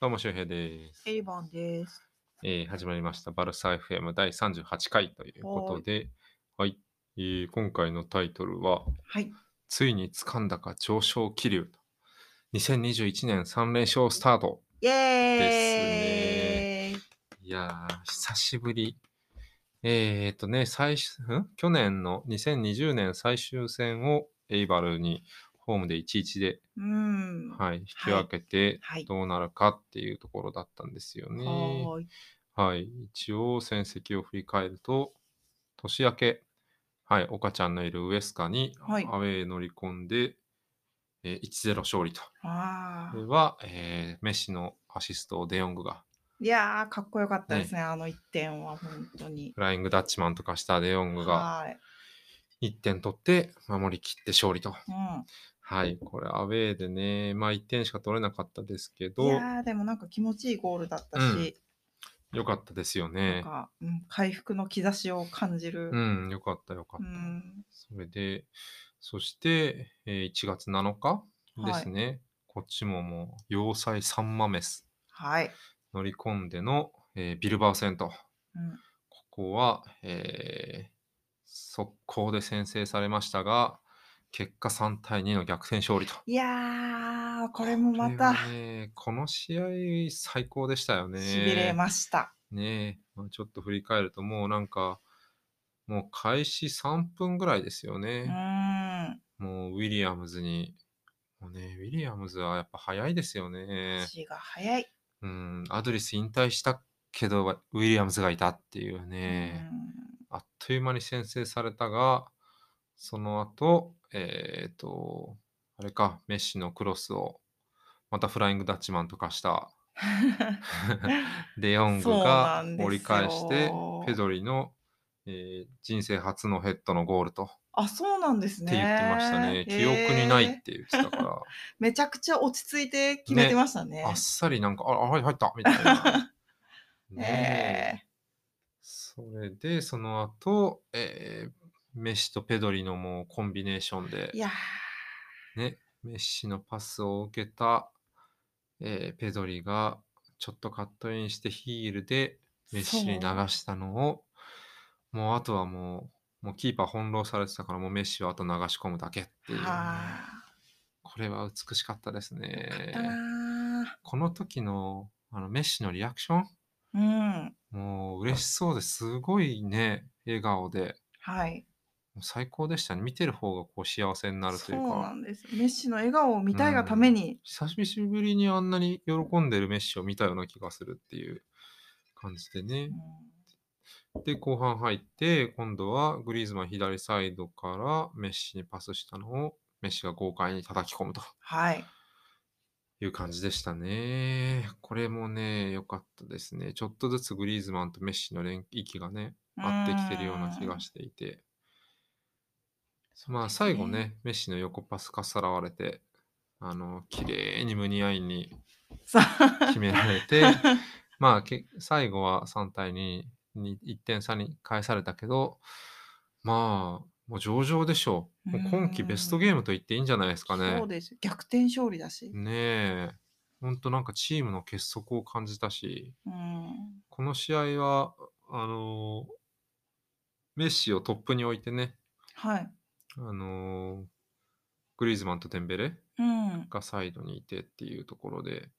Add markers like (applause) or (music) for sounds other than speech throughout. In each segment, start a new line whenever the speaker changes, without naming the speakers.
どうも、周平です。
エイバンです。
えー始まりました。バルサ FM 第38回ということで、はい、えー今回のタイトルは、
はい。
ついに掴んだか上昇気流と。2021年3連勝スタート。
イ
エ
エーイ
いやー、久しぶり。えー、っとね、最終、ん去年の2020年最終戦をエイバルにホームで1-1で、
うん。は
はい、引き分けて、
い。
どうなるかっていうところだったんですよね。
はーい。
はい、一応戦績を振り返ると、年明け、はい、岡ちゃんのいるウエスカにア
はい
ウェー乗り込んで、えー1-0勝利と。
あ
これ
ー
は、えーメッシのアシストをデヨングが、
いやー、かっこよかったですね、あの一点は、本当に。
フライングダッチマンとかしたデヨングが
はーい。
1点取って、守り切って勝利と。
う
はい、これアウェーでね、まあ1点しか取れなかったですけ
ん。い
ど、
やー、でもなんか気持ちいいゴールだったし、
よかったですよ
なん
ね。
か、うん、回復の兆しを感じる。
うん、よかったよか
う
った。
ん。
それで、そして、えー1月7日ですね、こっちももう、要塞サンマメス
はい。
乗り込んでの、えービルバー戦と、
うん
ここは、えー速攻で先制されましたが、結果3対2の逆転勝利と。
いやー、これもま
こ、
た
れはね、この試合最高でしたよね。
しびれました。
ねえ、まあ、ちょっと振り返ると、もうなんか、もう開始3分ぐらいですよね。
うん。
もうウィリアムズに、もうね、ウィリアムズはやっぱ早いですよね。
足が早い。
うん、アドリス引退したけど、ウィリアムズがいたっていうね、
う
あっという間に先制されたが、その後、えっ、と、あれか、メッシのクロスを、またフライングダッチマンとかした、
ん
(laughs) デヨング
そうな
が
んですよ
折り返して、ペドリの、えー人生初のヘッドのゴールと、
あ、そうなんです
っ
ね。
て言ってましたね。記憶にないって言ってたから。
へーめちゃくちゃ落ち着いて決めてましたね。
あっさりなんか、あ、あはい、入ったみた
(laughs)
いな。ねえ。
え
それで、その後、えーメッシとペドリのもうコンビネーションで
い、や
ね、メッシのパスを受けた、えーペドリがちょっとカットインしてヒールでメッシに流したのを、もうあとはもう、もうキーパー翻弄されてたから、もうメッシはあと流し込むだけって
ー
いうね、
は
これは美しかったです
ーよか
ね。
ったな
この時のあのメッシのリアクション
ー。うん。
もう嬉しそうですごいね笑顔で
はい。
もう最高でしたね見てる方がこう幸せになると
そ
いうう
な
か
んです。メッシの笑顔を見たいがために。
久しぶりにあんなに喜んでるメッシを見たような気がするっていう感じでね
うん
で後半入って今度はグリーズマン左サイドからメッシにパスしたのをメッシが豪快に叩き込むと
はい。
いう感じでしたねこれもね良かったですねちょっとずつグリーズマンとメッシの連息がね合ってきてるような気がしていて、まあ最後ね、メッシの横パスかさらわれて、あの、綺麗にムニアインに
うん。さ
決
(laughs)
められて、まあけ最後は3対2に1点差に返されたけど、まあ、もう上々でしょう。もう今季ベストゲームと言っていいんじゃないですかね
そう。です。逆転勝利だし。
ねえ、ほんとなんかチームの結束を感じたし、
うん。
この試合は、あのメッシをトップに置いてね、
はい。
あのーグリーズマンとデンベレ
うん。 (laughs)
がサイドにいてっていうところで、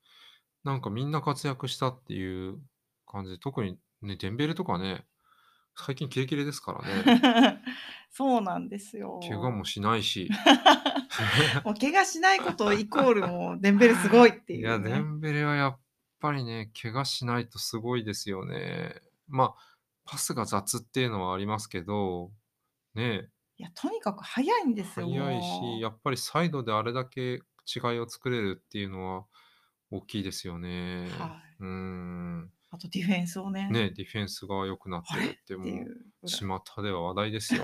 なんかみんな活躍したっていう感じで、特にね、デンベレとかね、最近キレキレですから
(laughs)
ね、
そうなんですよ。
怪我もしない
(laughs)
し、
もう怪我しないことイコールもうデンベルすごいって
い
いう、ね。
や、デンベレはやっぱりね、怪我しないとすごいですよね。まあ、パスが雑っていうのはありますけど、ね、
いやとにかく早いんですよ。
早い
もう
し、やっぱりサイドであれだけ違いを作れるっていうのは大きいですよね。
は
うーん。
あとディフェンスをね。
ね、ディフェンスが良くなってるって、
ってい (laughs)
もう、
うぐらい。
巷では話題です
(laughs)
よ。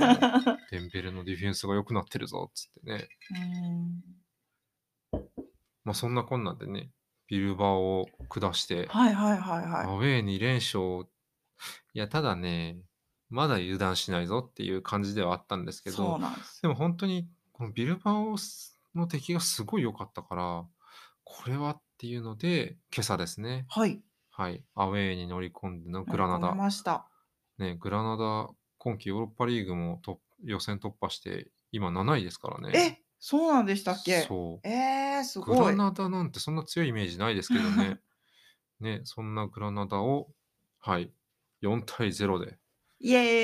デンベルのディフェンスが良くなってるぞ、つってね。
うん
まあ、そんなこんなんでね、ビルバーを下して、
はいはいはい
ア
は
ウェー2連勝。いや、ただね、まだ油断しないぞっていう感じではあったんです
い。
けど、
そうなんです。
でも本当にこのビルバオの敵がすごい良かったから、これはっていうので、今朝ですね、
はい。
はい、アウェーに乗り込んでのグラナ
乗り込
ダ
み。ました。
ね、グラナダ、今季ヨーロッパリーグもと予選突破して、今7位ですからね。
え、そうなんでしたっけ
そう。
えー、す
グ
ご
ラ
い。
ナダなんてそんな強いイメージないですけど
(laughs)
ね。ね、そんなグラナダを、はい、4対0で、
イエ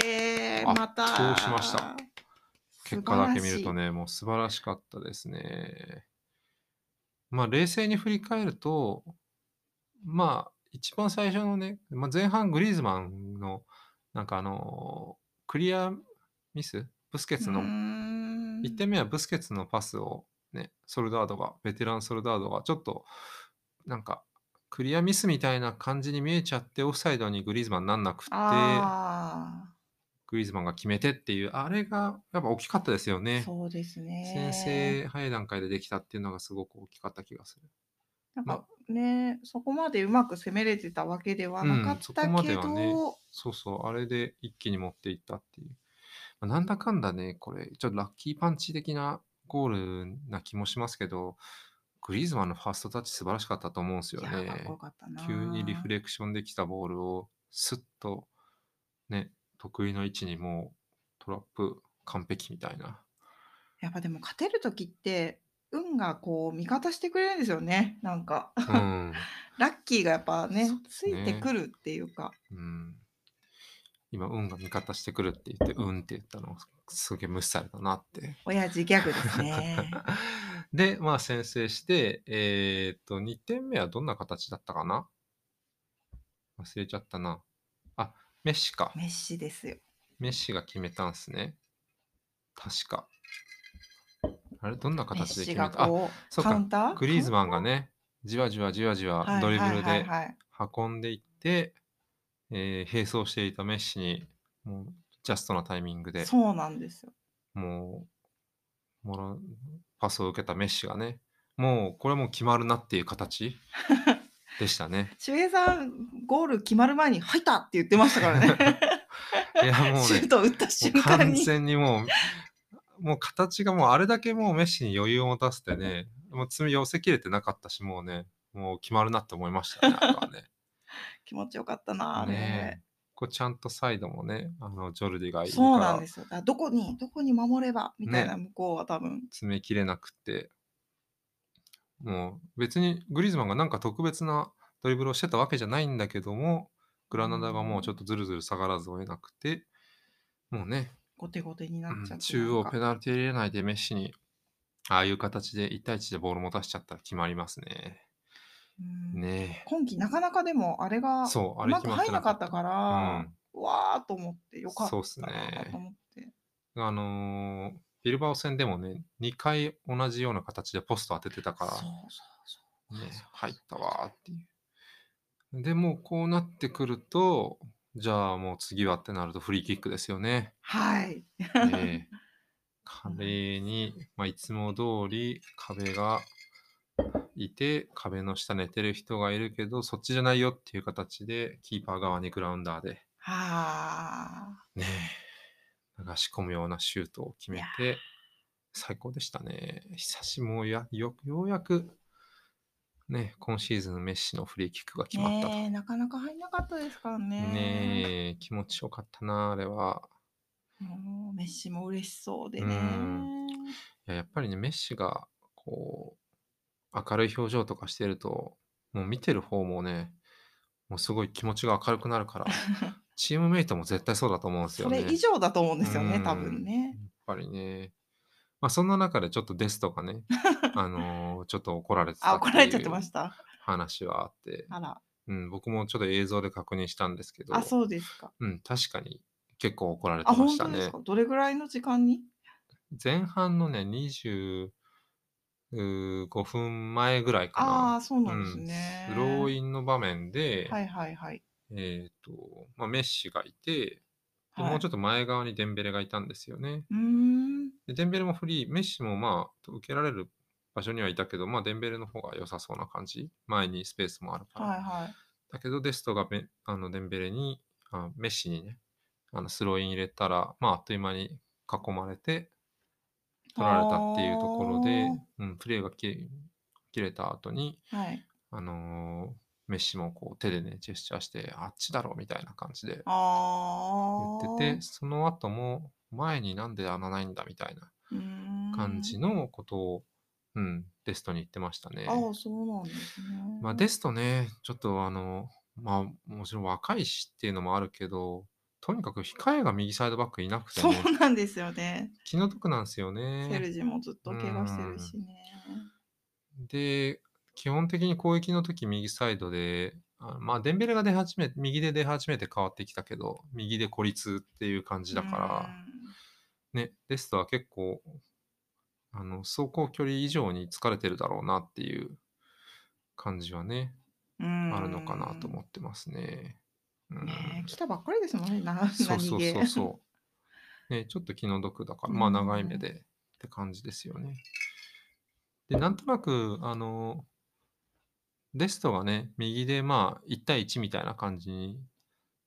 ーイ
圧
また
倒しました結果だけ見ると
ね。
ね、もう素晴らしかったですね。まあ、冷静に振り返ると、まあ、一番最初のね、まあ、前半グリーズマンの、なんかあのークリアミスブスケツの、1点目はブスケツのパスを、ね、ソルダードが、ベテランソルダードが、ちょっと、なんか、クリアミスみたいな感じに見えちゃって、オフサイドにグリーズマンなんなくって、
あ
グリーズマンが決めてっていう、あれがやっぱ大きかったですよ
あ、
ね。
そうですね。
先生早い段階でできたっていうのがすごく大きかった気がする。
なんかね、そこまでうまく攻めれてたわけではなか
うんそ
っ
こ
た
ま
け
で
ど、
はねそうそう、あれで一気に持っていったっていう。まあなんだかんだね、これ、ちょっとラッキーパンチ的なゴールな気もしますけど、グリーズマンのファーストタッチ素晴らしかったと思うんですよ
いやーかっ
ね
こよ。かったな。
急にリフレクションできたボールをスッとね、得意の位置にもうトラップ完璧みたい
(laughs)
な。
やっぱでも勝てる時って、運がこう味方してくれるんですよね。な
(laughs)
んか、
うん。
ラッキーがやっぱね
そうで、す
つ
ね
いてくるっていうか。
うん、今、運が味方してくるって言って、うんって言ったの、すげえ無視されたなって。
親父ギャグですね。
(laughs) で、まあ、先制して、えーっと、2点目はどんな形だったかな忘れちゃったな。あ、メッシか。
メッシですよ。
メッシが決めたんすね。確か。あれ、どんな
メッ
形で
シ
決め
が
たあ、
こ、
そううか
カウンター
グリーズマンがね、じわじわじわじわドリブル
はいはい
で
はいはい
運んでいって、えー並走していたメッシに、もうジャストなタイミングで、
そうなんですよ。
もう、もらパスを受けたメッシがね、もうこれもう決まるなっていう
(laughs)
形でしたね。
守衛さん、ゴール決まる前に入ったって言ってまし
(laughs)
たからね。
いやもう
シュ
ね
ー、ト打った瞬
もう
間
完
に。
全にもう、もう形がもうあれだけもうメッシに余裕を持たせてね、もう積寄せきれてなかったし、もうね、もう決まるなって思いましたね、あれはね。
気持ちよかった (laughs) なあれ、
ねえこれちゃんとサイドもね、あのジョルディがいるか
そうなん
ら
ですよだからどこにどこに守ればみたいな向こうは多分、
詰めきれなくて、もう別にグリーズマンがなんか特別なドリブルをしてたわけじゃないんだけども、グラナダがもうちょっとずるずる下がらずを得なくて、もうね、
後手後手になっちゃって、
うん中央ペ
ダ
ナルティー入れないでメッシに、ああいう形で1対1でボール持たせちゃったら決まりますね。ね
今季なかなかでもあれが
え。そう、あ
う
れ
ま
決
く
まっ
入
て
んな
な
か
かっ。
ったたから、うわーと思ってよかった
そうっすね
なと思って
うん。あのービルバオ戦でもね、2回同じような形でポスト当ててた
そう
から。
そうそう
ね
そうそう、
入ったわーっていう。でもうこうなってくると、じゃあもう次はってなるとフリーキックですよね。
はい
ええ (laughs) 壁に、まあ、いつも通り壁がいて、壁の下寝てる人がいるけど、そっちじゃないよっていう形で、キーパー側にグラウンダーで、
はあ
ねえ、流し込むようなシュートを決めて、最高でしたね。久しもうやよようやく、ね、今シーズンメッシのフリーキックが決まったと。
ねえなかなか入んなかったですからね
ねえ、気持ちよかったな、あれは。
もうメッシも嬉しそうでね
うんいややっぱりね、メッシが、こう、明るい表情とかしてると、もう見てる方もね、もうすごい気持ちが明るくなる
(laughs)
から、チームメイトも絶対そうだと思うんですよ
そ
ね。
れ以上だと思うんですよね、
うん
多分ね。
やっぱりね。まあ、そんな中でちょっとですとか
(laughs)
ね、あのーちょっと怒られて
あ、
たっ
怒
て
られちゃっ
い
てま
う
した。
話はあって、
あら、
うん、僕もちょっと映像で確認したんですけど、
あ、そうですか。
うん、確かに結構怒られて
あ、
ま
本
した
当です
ね
か。。どれぐらいの時間に
前半のね、25分前ぐらいか
あ
な。
あー、そうなんですね。
うん、スローインの場面で、
はいはいはい。
えっ、と、まあ、メッシがいて、で
はい
もうちょっと前側にデンベレがいたんですよね。
うーん。
で、デンベレもフリー、メッシもまあ、受けられる場所にはいたけど、まあ、デンベレの方が良さそうな感じ。前にスペースもあるから。
はいはい。
だけど、デストがメあのデンベレに、あメッシにね、あのスローイン入れたら、まあ、あっという間に囲まれて、取られたっていうところで
あ
う
ー、
ん、プレーがき切れた後に、
はい。
あのーメッシもこう手でね、ジェスチャーして、あっちだろみたいな感じで
ああ。
言ってて、その後も、前になんで穴ないんだみたいな
うーん
感じのことを、うん、テストに言ってましたね。
ああ、そうなんですね。
まあ、ですとね、ちょっとあの、まあ、もちろん若いしっていうのもあるけど、とにかく控えが右サイドバックいなくて
そ
ね、
うなんですよね。
気の毒なんですよ
セル
ね。
ジもずっと怪我してるしね。
で、基本的に攻撃の時右サイドで、あまあ、デンベレが出始め、右で出始めて変わってきたけど、右で孤立っていう感じだから、ね、デストは結構、あの、走行距離以上に疲れてるだろうなっていう感じはね、
うーん、
あるのかなと思
っ
ってますね。うん
てねえ来たばっかりですもんね、な
そう
何
そう
気
そうそう。ね、ちょっと気の毒だから、まあ
うん
長い目でって感じですよね。で、なんとなく、あの、デストがね、右でまあ1対1みたいな感じに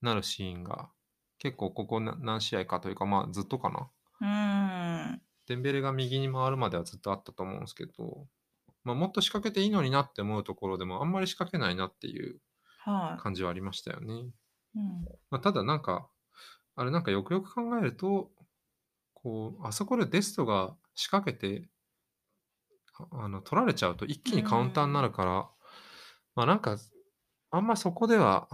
なるシーンが結構ここな何試合かというか、まあずっとかな。
うーん。
デンベレが右に回るまではずっとあったと思うんですけど、まあもっと仕掛けていいのになって思うところでもあんまり仕掛けないなっていう
は
感じはありましたよね。
い。うん
まあ、ただなんか、あれなんかよくよく考えると、こう、あそこでデストが仕掛けて、ああの、取られちゃうと一気にカウンターになるから、まあなんか、あんまそこでは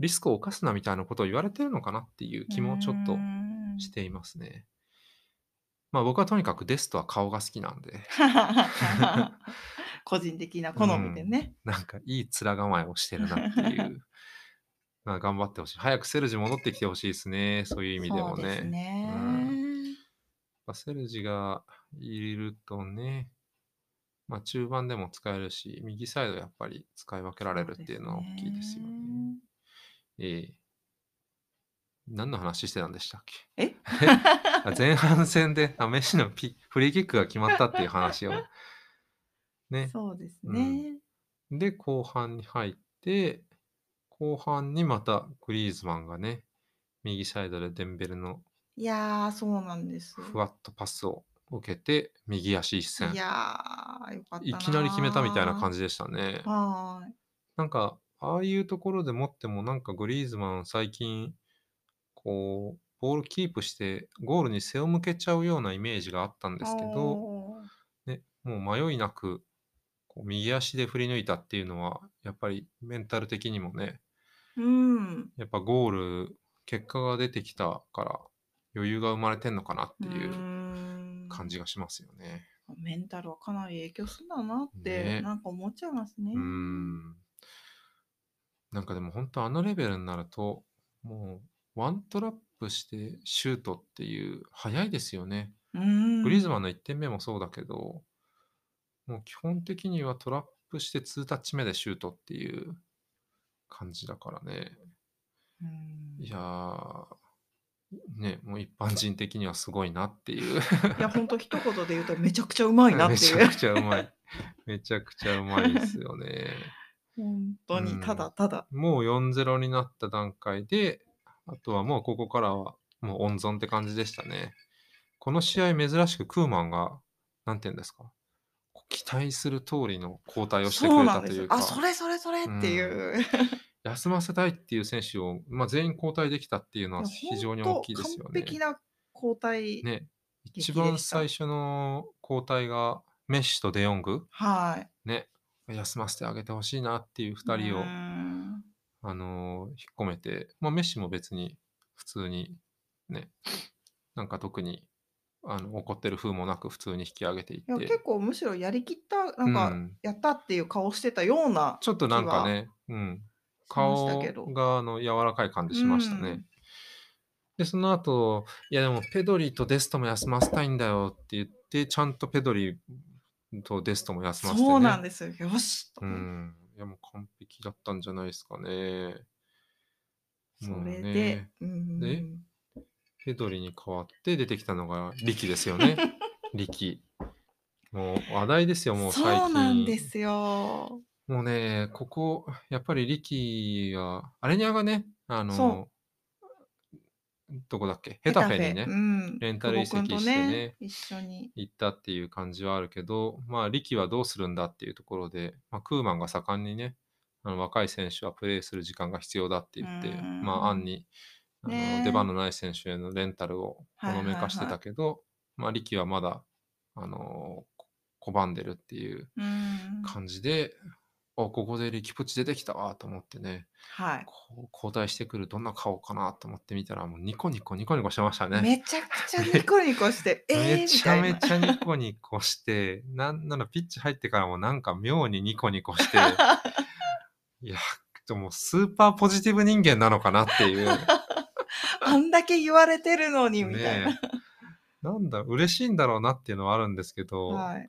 リスクを冒すなみたいなことを言われてるのかなっていう気もちょっと
うーん
していますね。まあ僕はとにかくデストは顔が好きなんで、 (laughs)
(laughs) 個人的な好みでね。
なんかいい面構えをしてるなって
(laughs)
いう。まあ頑張ってほしい。早くセルジ戻ってきてほしいですね。そう (laughs) いう意味でも
そうですね。
まあセルジがいるとね、まあ、中盤でも使えるし、右サイドやっぱり使い分けられるっていうのは大きいですよね。ええ何の話してたんでしたっけ (laughs)
え
あ前半戦であメッシのピフリーキックが決まったっていう話を。ね。
そうですね。
で、後半に入って、後半にまたグリーズマンがね、右サイドでデンベルの
いやー、そうなんです。
ふわっとパスを受けて、右足一閃
い。やー、よかった
いきなり決めたみたいな感
じ。
じでしたね。
はーい。
なんか、ああいうところでもっても、なんかグリーズマン最近、こう、ボールキープして、ゴールに背を向けちゃうようなイメージがあったんですけど、
おー
ね、もう迷いなく、こう右足で振り抜いたっていうのは、やっぱりメンタル的にもね、
うん。
やっぱゴール、結果が出てきたから、余裕が生まれてんのかなっていう
う
感
じ。
じがしますよね。
メンタルはかなり影響するんだなって、
ね
なんか思っちゃいますね。
うーんなんかでも本当あのレベルになるともうワントラップしてシュートっていう速いですよね。
うん
グリーズマンの1点目もそうだけど、もう基本的にはトラップして2タッチ目でシュートっていう感じだからね。
うん
いやーね、もう一般人的にはすごいなっていう。
いや、ほんと一言で言うと、めちゃくちゃうまいなっ
(laughs) め
てい
ちゃ
う
く。ちゃうまい。めちゃくちゃうまいですよね。
本当
う
に、
ん
ただただ。
もう4-0になった段階で、あとはもうここからはもう温存って感じでしたね。この試合珍しくクーマンが、なんて言うんですか、こう期待する通りの交代をしてく
そう
れ
な
た
んで
とい
すよ
う。か、
あ、それそれそれっていう。
休ませたいっていう選手を、まあ、全員交代できたっていうのは非常に大きい
(laughs)
ですよ
完
ね。
璧な交代。
ね一
激で
番
した
最初の交代がメッシとデヨング、
はい。
ね、休ませてあげてほしいなっていう2人を。
人
あのー引っ込めて、まあ、メッシも別に普通にね、なんか特にあの怒ってる風もなく普通に引き上げてい
いや
って、
結構むしろやりきった、なんか、
うん、
やったっていう顔してたような
ちょっとなんかね、うん、顔
しましたけど
があの柔らかい感じしましたね。
うん
で、その後、いやでもペドリとデストも休ませたいんだよって言って、ちゃんとペドリとデストも休ませて、ね、
そうなんですよ。よし、と
う
思っ
ん。いや、もう完璧だったんじゃないですかね。
て
も
そうれで
ね、
うん
でペドリに代わって出てきたのが力ですよ
(laughs)
ね。力。もう話題ですよ、もう最近。
そうなんですよ。
もうね、ここ、やっぱり力が、アレニアがね、あ
そ
の、どこだっけヘタフェにね、
うん、
レンタル移籍
久保君と
してね
一緒に。
行ったっていう感じはあるけど、まあ、力はどうするんだっていうところで、まあ、クーマンが盛んにね、あの若い選手はプレーする時間が必要だって言って、
うん
まあ、案にあの、
ねえ
出番のない選手へのレンタルをほのめかしてたけど、まあ、力はまだ、あのこ拒んでるっていう
うん、
感じで、あここで力プチ出てきたわと思ってね、
はい。
こう交代してくるどんな顔かなと思ってみたら、もうニコニコニコニコしてましたね。
めちゃくちゃニコニコして、えー
(laughs) め
み
ち
た
ゃ
いな。
めちゃニコニコして、 (laughs) なんならピッチ入ってからもなんか妙にニコニコ
(laughs)
して、いや、でもスーパーポジティブ人間なのかなっていう。
あんだけ言われてるのに、みたいな。
ねえなんだ、嬉しいんだろうなっていうのはあるんですけど、
はい。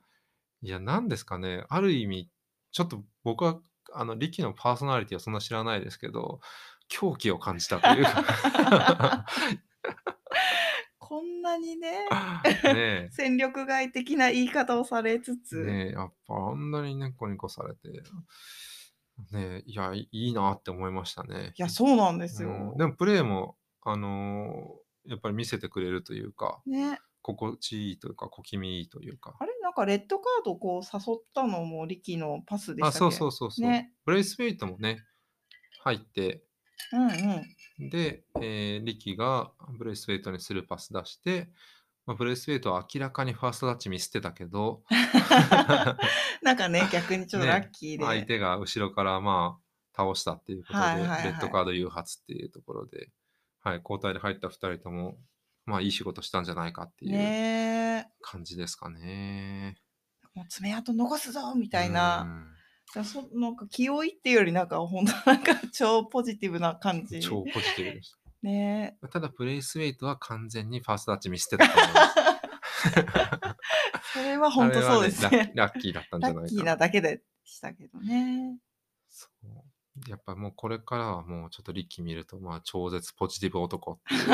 いや、なんですかね、ある意味、ちょっと僕は、あの、リキのパーソナリティはそんな知らないですけど、狂気を感じたという
(laughs)
か。
こんなにね、
ね
戦力外的な言い方をされつ
え、
つ、
ねえ、やっぱあんなにニコニコされて、ねえ、いや、いいいなって思いましたね。
いや、そうなんですよ。
うんでもプレーも、あのーやっぱり見せてくれるというか、
ね、
心地いいというか、小気味いいというか。
あれなんかレッドカードこう誘ったのも力のパスでした
あ、
っけ
そうそうそうそう。
ね
ブレイスウェイトもね、入って、
うん
(laughs)
うん。
で、えーリキがブレイスウェイトにスルーパス出して、まあ、ブレイスウェイトは明らかにファーストタッチ見捨てたけ
(laughs)
ど、
なんかね、逆にちょっとラッキーで。
相手が後ろからまあ倒したっていうことで、
はいはいはい
レッドカード誘発っていうところで、はい、交代で入った2人とも、まあいい仕事したんじゃないかっていう
ねえ。
感じですかね。
もう爪痕残すぞみ
み
たいな。だからそなんか気負いっていうよりなんか本当なんか超ポジティブな感じ。
超ポジティブでし
(laughs) ね
た。ただ、プレイスウェイトは完全にファーストタッチ見捨てたと思います。
え。それは (laughs) 本当そうです
あれはね
ね。
ラッラッキーだったんじ
ラ
ゃないか
ッキーなだけでしたけどね。
そうやっぱもうこれからはもうちょっとリッキー見ると、まあ超絶ポジティブ男っていう。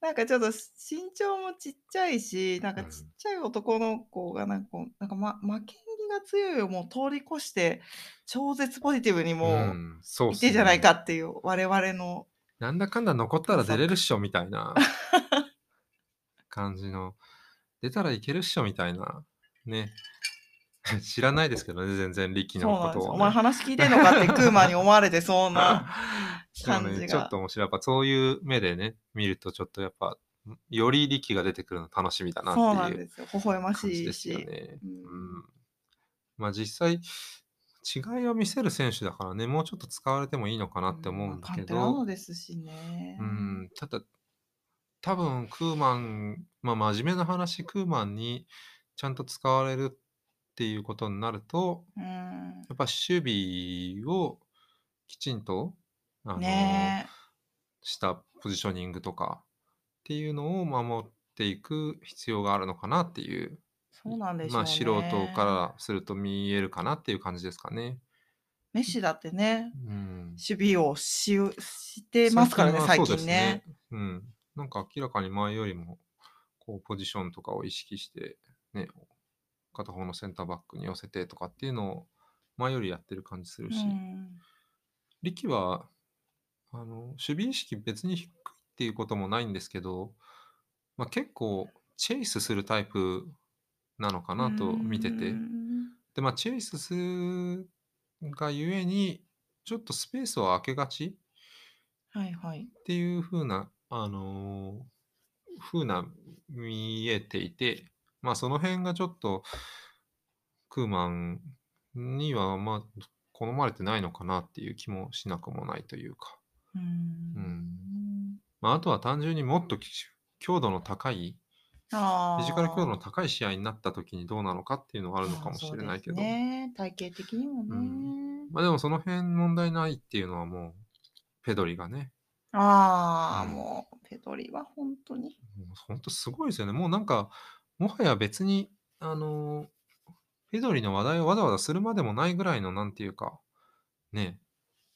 なんかちょっと身長もちっちゃいし、なんか
うん
ちっちゃい男の子がなんかこう、なんかま、負けん気が強いをもう通り越して、超絶ポジティブに (laughs) も
ん、そううっ
い
すね
てじゃないかっていう、我々の、
なんだかんだ残ったら出れるっしょみたい
(laughs)
な感じの、出たらいけるっしょみたいな、ね。 (laughs) 知らないですけどね、全然力
そう
の
なん
こ
です
とを
よお
ね、
前話聞いてんのかってクーマンに思われてそう
(laughs)
な。
そう
感じが
ね、ちょっと面白い。やっぱそういう目でね、見るとちょっとやっぱ、より力が出てくるの楽しみだな
そうな
って
ん
い
で
う
すよ。微笑ま
感
し
じ
い
です
し。
よね。
うん
うんまあ実際、違いを見せる選手だからね、もうちょっと使われてもいいのかなって思うんだけど。
まあカンテラーノですしね。
うん、ただ、多分クーマン、まあ、真面目な話、クーマンにちゃんと使われるっていうことになると、
うん。
やっぱ守備をきちんと、あの
ね
したポジショニングとかっていうのを守っていく必要があるのかなっていう、
え。そうなんでしょう
まあ、
ね。
素人からすると見えるかなっていう感じですかね。
メッシだってね、
うん、
守備をししてますからね、最
はそうで
近
す
ね。。
うん。なんか明らかに前よりも、こう、ポジションとかを意識して、ね、片方のセンターバックに寄せてとかっていうのを、前よりやってる感じするし、
うん
力は、あの、守備意識別に低いっていうこともないんですけど、まあ、結構、チェイスするタイプなのかなと見てて、
うん
で、まあ、チェイスするがゆえに、ちょっとスペースを空けがち
はいはい。
っていう風な、あのー風な見えていて、まあその辺がちょっと、クーマンにはまあ好まれてないのかなっていう気もしなくもないというか。
う。
うんまああとは単純にもっと強度の高い、
あ
フ
あ。
ィジカル強度の高い試合になった時にどうなのかっていうのはあ
あ
るのかもしれないけど、
そうですね、体型的にも
う
ね。
んまあでもその辺問題ないっていうのはもう、ペドリがね、
ああ、
うん
もう、ペドリは本当に。
もうほんとすごいですよね。もうなんか、もはや別に、あのーフェドリの話題をわざわざするまでもないぐらいの、なんていうか、ね、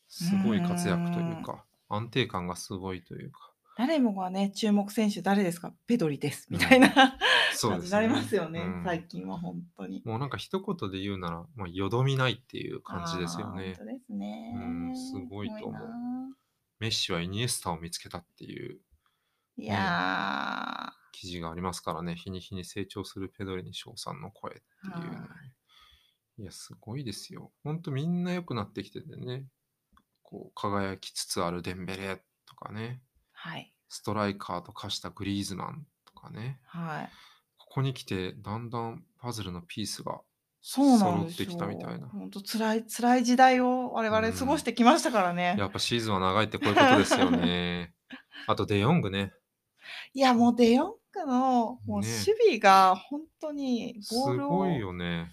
すごい活躍というか、安定感がすごいというか、
誰もがね、注目選手誰ですかペドリです。みたいな、
そう
感
で
じに
す
なりますよね、
うん
最近は本当に。
もうなんか一言で言うなら、まあ、よどみないっていう感じですよ
あー
ね
本当。ですね。
うんすごいと思う
すごいな
メッシはイニエスタを見つけたっていう
いや
記事がありますからね、日に日に成長するペドリに称賛の声っていうね
はい。
いや、すごいですよ。ほんとみんな良くなってきててね、こう、輝きつつあるデンベレとかね、
ー、はい、
ストライカーと化したグリーズマンとかね、
はい。
ここに来てだんだんパズルのピースが、
そうなんです
揃
よ。
ってきたみたいな
本当辛い辛い時代を我々過ごしてきましたからね。
やっぱシーズンは長いってこういうことですよ
(laughs)
ね。あとデヨングね、
いやもうデヨングのもう守
ね
備が本当に
す
ボール
ごい
を、
よね。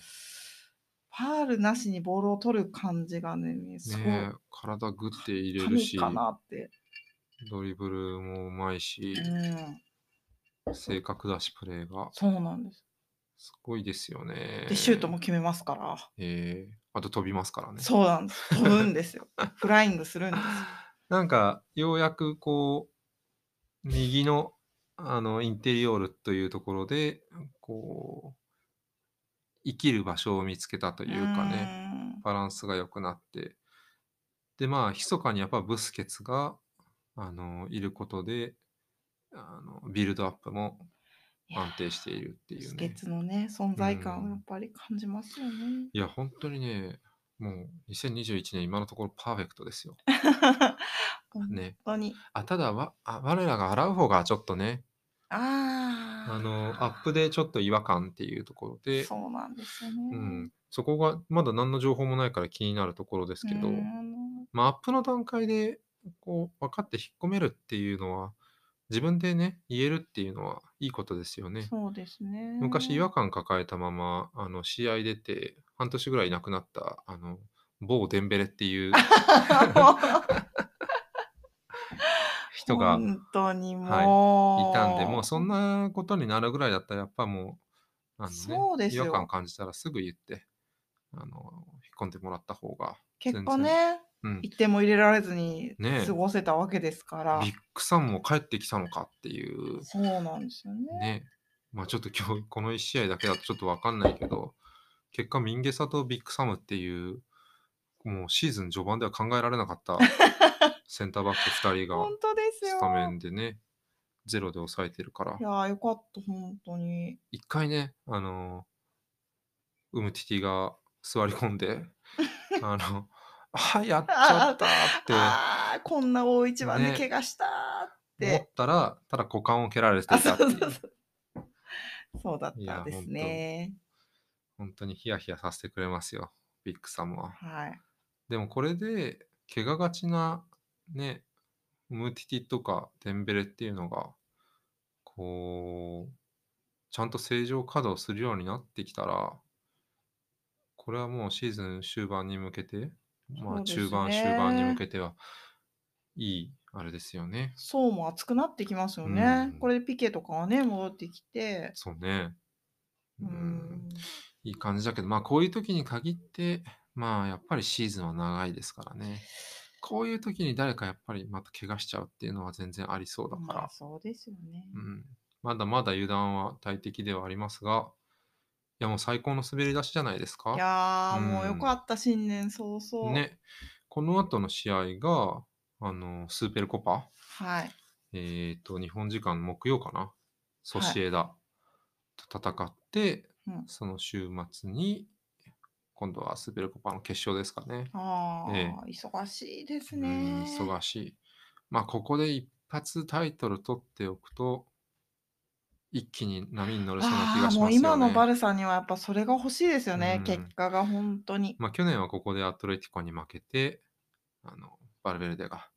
ファールなしにボールを取る感じがね、すごい
ね体グッて入れる
神
し、
かなって。
ドリブルもうまいし
う、ん、
正確だし、プレーが。
そうなんです。
すごいですよね。
でシュートも決めますから。
えーあと飛びますからね。
そうなんです。飛ぶ
(laughs)
んですよ。フライングするんです。
なんか、ようやくこう、右の、あの、インテリオールというところで、こう、生きる場所を見つけたというかね、バランスが良くなって、で、まあ、密かにやっぱブスケツが、あの、いることで、あの、ビルドアップも
うん。
安定しているってい
ス
う
ケ
ね
ッ。ツのね、存在感
う
を
ん
やっぱり感じますよね。
いや、本当にね、もう2021年今のところパーフェクトですよ。
(laughs) 本
ね。
当に。
あ、ただわ、あ我らが洗う方がちょっとね、
ああ。
あの、アップでちょっと違和感っていうところで、
そうなんですよね。
うん、そこがまだ何の情報もないから気になるところですけど、
うん
まあ、アップの段階でこう分かって引っ込めるっていうのは、自分でね、言えるっていうのはいいことですよね。
そうですね。
昔違
(laughs)
和感抱えたまま、あの、試合出て、半年ぐらいいなくなった、あの、某デンベレっていう人がい
本当にもう、
たんで、もうそんなことになるぐらいだったら、やっぱもう、あ
そうです
違
よ
和感感じたらすぐ言って、あの、引っ込んでもらった方が、
結果ね、
うん、
一点も入れられずに
ねえ
過ごせたわけですから。
ビッグサンも帰ってきたのかっていう、
そうなんですよね。
ね、まあちょっと今日この1試合だけだとちょっとわかんないけど、結果、ミンゲサとビッグサムっていう、もうシーズン序盤では考えられなかった
(laughs)
センターバック2人が
本当ですよ
ス。タメンでね、ゼロで抑えてるから
い、やーよかった、本当に。
1回ね、あの、ウムティティが座り込んで、あの、あ、やっちゃったって。
ああ、こんな大一番で
ね
怪我したーって。
思ったら、ただ股間を蹴られて
あ、
いた
そ
っ
う
て
そ
いうう
そう。 (laughs) そうだったんですね。
本当にヒヤヒヤさせてくれますよ、ビッグサムは。
はい。
でもこれで、怪我がちな、ね、ムーティティとかデンベレっていうのが、こう、ちゃんと正常稼働するようになってきたら、これはもうシーズン終盤に向けて、ま
そ
あ
うですね
中盤、終盤に向けては、いい、あれですよね。
層も厚くなってきますよね。
うん
これでピケとかがね、戻ってきて。
そうね。う
う
ん
ん。
いい感じだけど、まあこういう時に限って、まあやっぱりシーズンは長いですからね。こういう時に誰かやっぱりまた怪我しちゃうっていうのは全然ありそうだか
まあ、
ら、
そうですよね。
うん、まだまだ油断は大敵ではありますが、いやもう最高の滑り出しじゃないです
い
か。
やー、
うん
もうよかった、新年早々。。
ね、この後の試合が、あの、スーペルコパ、
はい。
えっ、と、日本時間木曜かな、ソシエダと戦って、
うん
その週末に、今度はスーペルコパの決勝ですかね。
ああ、
え
忙しいです
うー
ね。
ん忙しい。まあ、ここで一発タイトル取っておくと、一気に波に乗れそうな気
あ
が
あ、
し
も
ますよ
う
ね。
今のバルサにはやっぱそれが欲しいですよね。
うん
結果が本当に。
まあ、去年はここでアトレティコに負けて、あの、バルベルデが、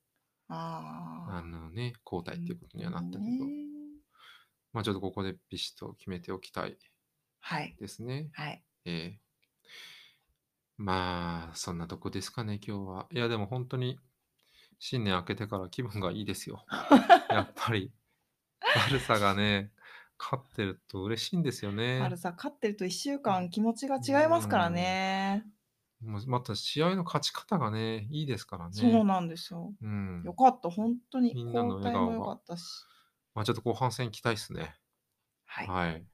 あ
ああ。
のね、交代っていうことにはなったけど、
ね
まあ、ちょっとここでビシッと決めておきたい
はい。
ですね。
はい。
ええまあ、そんなとこですかね、今日は。いや、でも本当に、新年明けてから気分がいいです
(laughs)
よ。やっぱり、バルサがね、勝ってると嬉しいんですよ
バ
ね
ル。サ勝ってると1週間気持ちが違いますからね。
もうまた試合の勝ち方がね、いいですからね。
そうなんですよ。
うん
よかった、本当に。
みん
交
なの笑
代
顔
も
が
よかったし。
まあ、ちょっと後半戦期待ですね。
はい。
はい。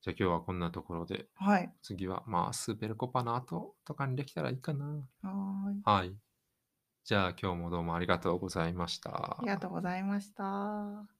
じゃあ今日はこんなところで、
はい。
次はまあ、スーペルコパの後とかにできたらいいかな。
はーい。
はい。じゃあ今日もどうもありがとうございました。
ありがとうございました。